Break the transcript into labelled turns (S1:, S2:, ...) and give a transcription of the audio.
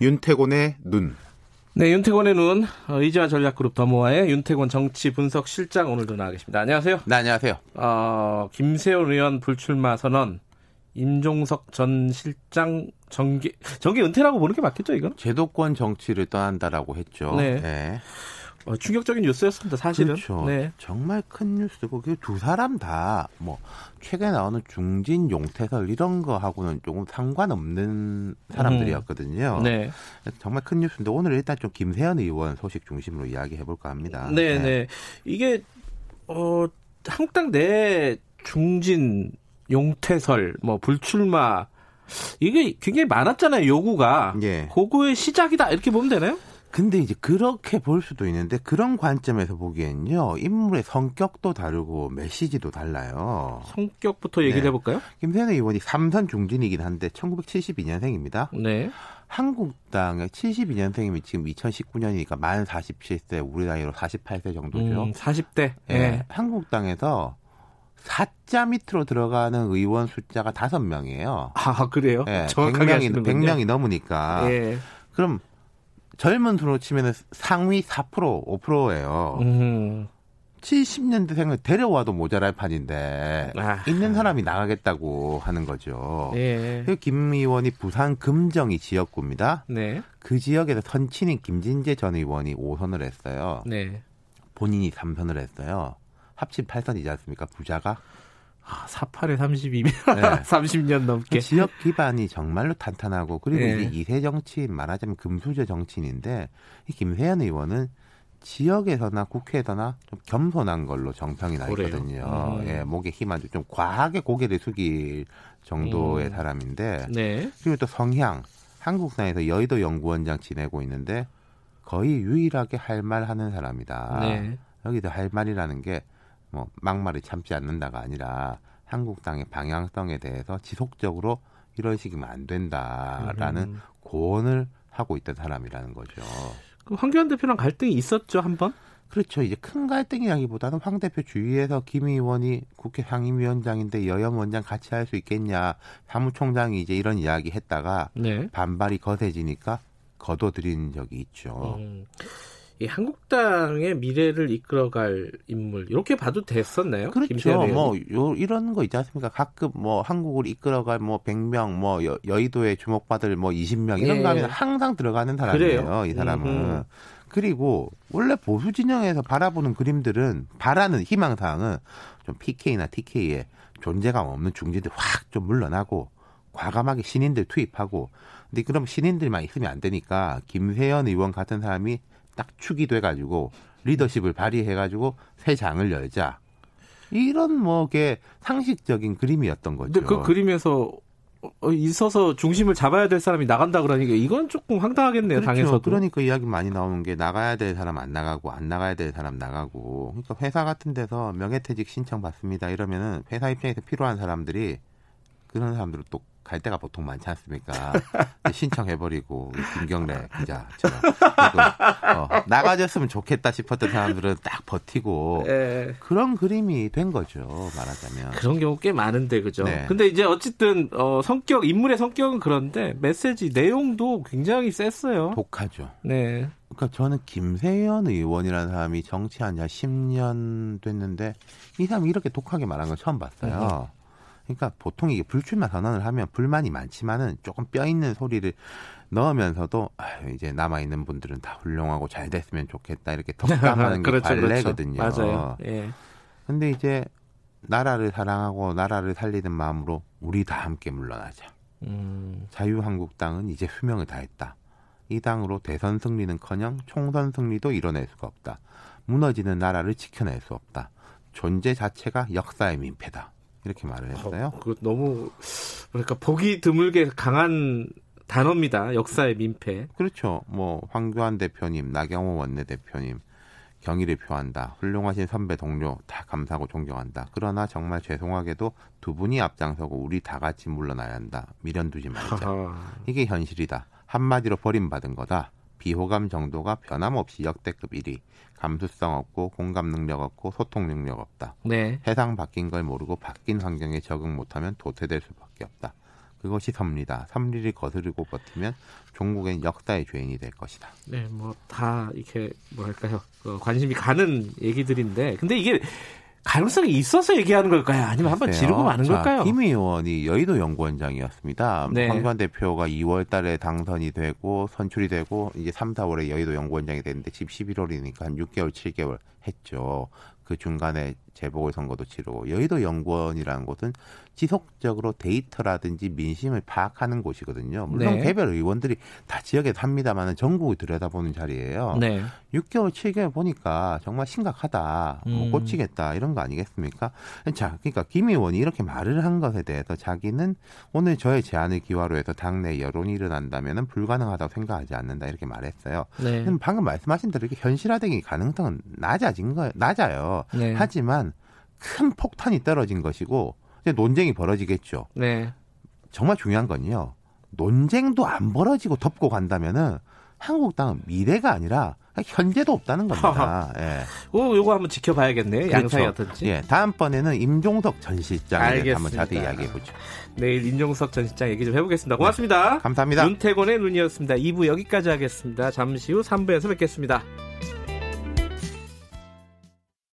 S1: 윤태곤의 눈.
S2: 네, 윤태곤의 눈, 어, 이지아 전략그룹 더모아의 윤태곤 정치 분석 실장 오늘도 나와 계십니다. 안녕하세요.
S3: 네, 안녕하세요.
S2: 어, 김세훈 의원 불출마 선언, 임종석 전 실장 정계, 정계 은퇴라고 보는 게 맞겠죠, 이건?
S3: 제도권 정치를 떠난다라고 했죠.
S2: 네.
S3: 네.
S2: 어, 충격적인 뉴스였습니다, 사실은.
S3: 그렇죠.
S2: 네.
S3: 정말 큰 뉴스고 그두 사람 다 뭐 최근에 나오는 중진 용태설 이런 거하고는 조금 상관없는 사람들이었거든요.
S2: 네.
S3: 정말 큰 뉴스인데 오늘 일단 좀 김세현 의원 소식 중심으로 이야기해 볼까 합니다.
S2: 네, 네. 이게, 어, 한국당 내 중진, 용태설, 뭐, 불출마, 이게 굉장히 많았잖아요, 요구가.
S3: 예.
S2: 그거의 시작이다, 이렇게 보면 되나요?
S3: 근데 이제 그렇게 볼 수도 있는데 그런 관점에서 보기엔요. 인물의 성격도 다르고 메시지도 달라요.
S2: 성격부터 얘기를
S3: 네.
S2: 해볼까요?
S3: 김세현 의원이 삼선 중진이긴 한데 1972년생입니다.
S2: 네.
S3: 한국당의 72년생이면 지금 2019년이니까 만 47세, 우리 나이로 48세 정도죠.
S2: 음, 40대.
S3: 예. 한국당에서 4자 밑으로 들어가는 의원 숫자가 5명이에요.
S2: 아, 그래요?
S3: 예,
S2: 정확하게
S3: 100명이,
S2: 하시는군요.
S3: 100명이 아. 넘으니까.
S2: 예.
S3: 그럼 젊은 수로 치면 상위 4%, 5%예요.
S2: 음.
S3: 70년대생을 데려와도 모자랄 판인데
S2: 아.
S3: 있는 사람이 나가겠다고 하는 거죠.
S2: 예.
S3: 그리고 김 의원이 부산 금정이 지역구입니다.
S2: 네.
S3: 그 지역에서 선친인 김진재 전 의원이 5선을 했어요.
S2: 네.
S3: 본인이 3선을 했어요. 합친 8선이지 않습니까? 부자가.
S2: 아, 48에 32면
S3: 네.
S2: 30년 넘게.
S3: 지역 기반이 정말로 탄탄하고 그리고
S2: 예.
S3: 이제 이세 정치인 말하자면 금수저 정치인인데 이 김세현 의원은 지역에서나 국회에서나 좀 겸손한 걸로 정상이 나
S2: 그래요?
S3: 있거든요.
S2: 음.
S3: 예, 목에 힘 안 주고 좀 과하게 고개를 숙일 정도의
S2: 음.
S3: 사람인데
S2: 네.
S3: 그리고 또 성향 한국사에서 여의도 연구원장 지내고 있는데 거의 유일하게 할 말 하는 사람이다.
S2: 네.
S3: 여기서 할 말이라는 게 뭐 막말을 참지 않는다가 아니라 한국당의 방향성에 대해서 지속적으로 이런 식이면 안 아, 된다라는
S2: 음.
S3: 고언을 하고 있던 사람이라는 거죠.
S2: 그럼 황교안 대표랑 갈등이 있었죠, 한 번?
S3: 그렇죠. 이제 큰 갈등이라기보다는 황 대표 주위에서 김 의원이 국회 상임위원장인데 여염 원장 같이 할 수 있겠냐 사무총장이 이제 이런 이야기 했다가
S2: 네.
S3: 반발이 거세지니까 거둬들인 적이 있죠.
S2: 음. 이 한국당의 미래를 이끌어갈 인물 이렇게 봐도 됐었나요? 네, 김세현
S3: 그렇죠.
S2: 의원이?
S3: 뭐 요, 이런 거 있지 않습니까? 가끔 뭐 한국을 이끌어갈 뭐 100명, 뭐 여, 의도에 주목받을 뭐 20명 이런
S2: 예.
S3: 거 하면 항상 들어가는 사람이에요.
S2: 그래요?
S3: 이 사람은.
S2: 음흠.
S3: 그리고 원래 보수 진영에서 바라보는 그림들은 바라는 희망 사항은 좀 PK나 TK에 존재감 없는 중진들 확 좀 물러나고 과감하게 신인들 투입하고 근데 그럼 신인들만 있으면 안 되니까 김세현 의원 같은 사람이 딱 축이 돼가지고 리더십을 발휘해가지고 새 장을 열자 이런 뭐게 상식적인 그림이었던 거죠.
S2: 근데 그 그림에서 어, 있어서 중심을 잡아야 될 사람이 나간다 그러니까 이건 조금 황당하겠네요,
S3: 그렇죠.
S2: 당에서도.
S3: 그러니까 이야기 많이 나오는 게 나가야 될 사람 안 나가고 안 나가야 될 사람 나가고 그러니까 회사 같은 데서 명예퇴직 신청 받습니다 이러면은 회사 입장에서 필요한 사람들이 그런 사람들은 또 갈 데가 보통 많지 않습니까? 신청해버리고 김경래 기자처럼 그리고, 어, 나가줬으면 좋겠다 싶었던 사람들은 딱 버티고
S2: 예.
S3: 그런 그림이 된 거죠 말하자면
S2: 그런 경우 꽤 많은데 그죠.
S3: 네.
S2: 근데 이제 어쨌든 어, 성격 인물의 성격은 그런데 메시지 내용도 굉장히 셌어요.
S3: 독하죠.
S2: 네.
S3: 그러니까 저는 김세현 의원이라는 사람이 정치한 지 한 10년 됐는데 이 사람이 이렇게 독하게 말한 건 처음
S2: 네,
S3: 봤어요. 그러니까 보통 이게 불출마 선언을 하면 불만이 많지만은 조금 뼈 있는 소리를 넣으면서도 아유, 이제 남아 있는 분들은 다 훌륭하고 잘 됐으면 좋겠다 이렇게 덕담하는 게 관례거든요.
S2: 그렇죠, 맞아요. 예.
S3: 근데 이제 나라를 사랑하고 나라를 살리는 마음으로 우리 다 함께 물러나자.
S2: 음,
S3: 자유한국당은 이제 수명을 다했다. 이 당으로 대선 승리는커녕 총선 승리도 이뤄낼 수가 없다. 무너지는 나라를 지켜낼 수 없다. 존재 자체가 역사의 민폐다. 이렇게 말을 했어요.
S2: 어, 그거 너무 그러니까 보기 드물게 강한 단어입니다. 역사의 민폐.
S3: 그렇죠. 뭐 황교안 대표님, 나경호 원내대표님 경의를 표한다. 훌륭하신 선배 동료 다 감사하고 존경한다. 그러나 정말 죄송하게도 두 분이 앞장서고 우리 다 같이 물러나야 한다. 미련 두지 말자.
S2: 하하.
S3: 이게 현실이다. 한마디로 버림받은 거다. 비호감 정도가 변함없이 역대급 1위. 감수성 없고 공감 능력 없고 소통 능력 없다.
S2: 네.
S3: 세상 바뀐 걸 모르고 바뀐 환경에 적응 못하면 도태될 수밖에 없다. 그것이 삼리다. 삼리를 거스르고 버티면 종국엔 역사의 죄인이 될 것이다.
S2: 네, 뭐 다 이렇게 뭐랄까요 그 관심이 가는 얘기들인데, 근데 이게 가능성이 있어서 얘기하는 걸까요? 아니면 한번
S3: 글쎄요.
S2: 지르고 마는
S3: 자,
S2: 걸까요?
S3: 김 의원이 여의도 연구원장이었습니다.
S2: 네.
S3: 황교안 대표가 2월 달에 당선이 되고 선출이 되고 이제 3, 4월에 여의도 연구원장이 됐는데 집 11월이니까 한 6개월, 7개월 했죠. 그 중간에 재보궐선거도 치르고 여의도 연구원이라는 곳은 지속적으로 데이터라든지 민심을 파악하는 곳이거든요. 물론
S2: 네.
S3: 개별 의원들이 다 지역에서 합니다만 전국을 들여다보는 자리예요.
S2: 네,
S3: 6개월, 7개월 보니까 정말 심각하다. 뭐
S2: 음.
S3: 꽂히겠다. 이런 거 아니겠습니까? 자, 그러니까 김 의원이 이렇게 말을 한 것에 대해서 자기는 오늘 저의 제안을 기화로 해서 당내 여론이 일어난다면 불가능하다고 생각하지 않는다. 이렇게 말했어요.
S2: 네,
S3: 근데 방금 말씀하신 대로 이렇게 현실화되기 가능성은 낮아진 거, 낮아요.
S2: 네,
S3: 하지만 큰 폭탄이 떨어진 것이고 이제 논쟁이 벌어지겠죠.
S2: 네,
S3: 정말 중요한 건요. 논쟁도 안 벌어지고 덮고 간다면은 한국당은 미래가 아니라 현재도 없다는 겁니다. 예.
S2: 오, 요거 한번 지켜봐야겠네요. 양상이
S3: 그렇죠.
S2: 어떤지.
S3: 예. 다음번에는 임종석 전 시장에 대해서 한번
S2: 알겠습니다.
S3: 자세히 이야기해 보죠.
S2: 내일 임종석 전 시장 얘기 좀 해보겠습니다. 고맙습니다.
S3: 네, 감사합니다.
S2: 윤태곤의 눈이었습니다. 2부 여기까지 하겠습니다. 잠시 후 3부에서 뵙겠습니다.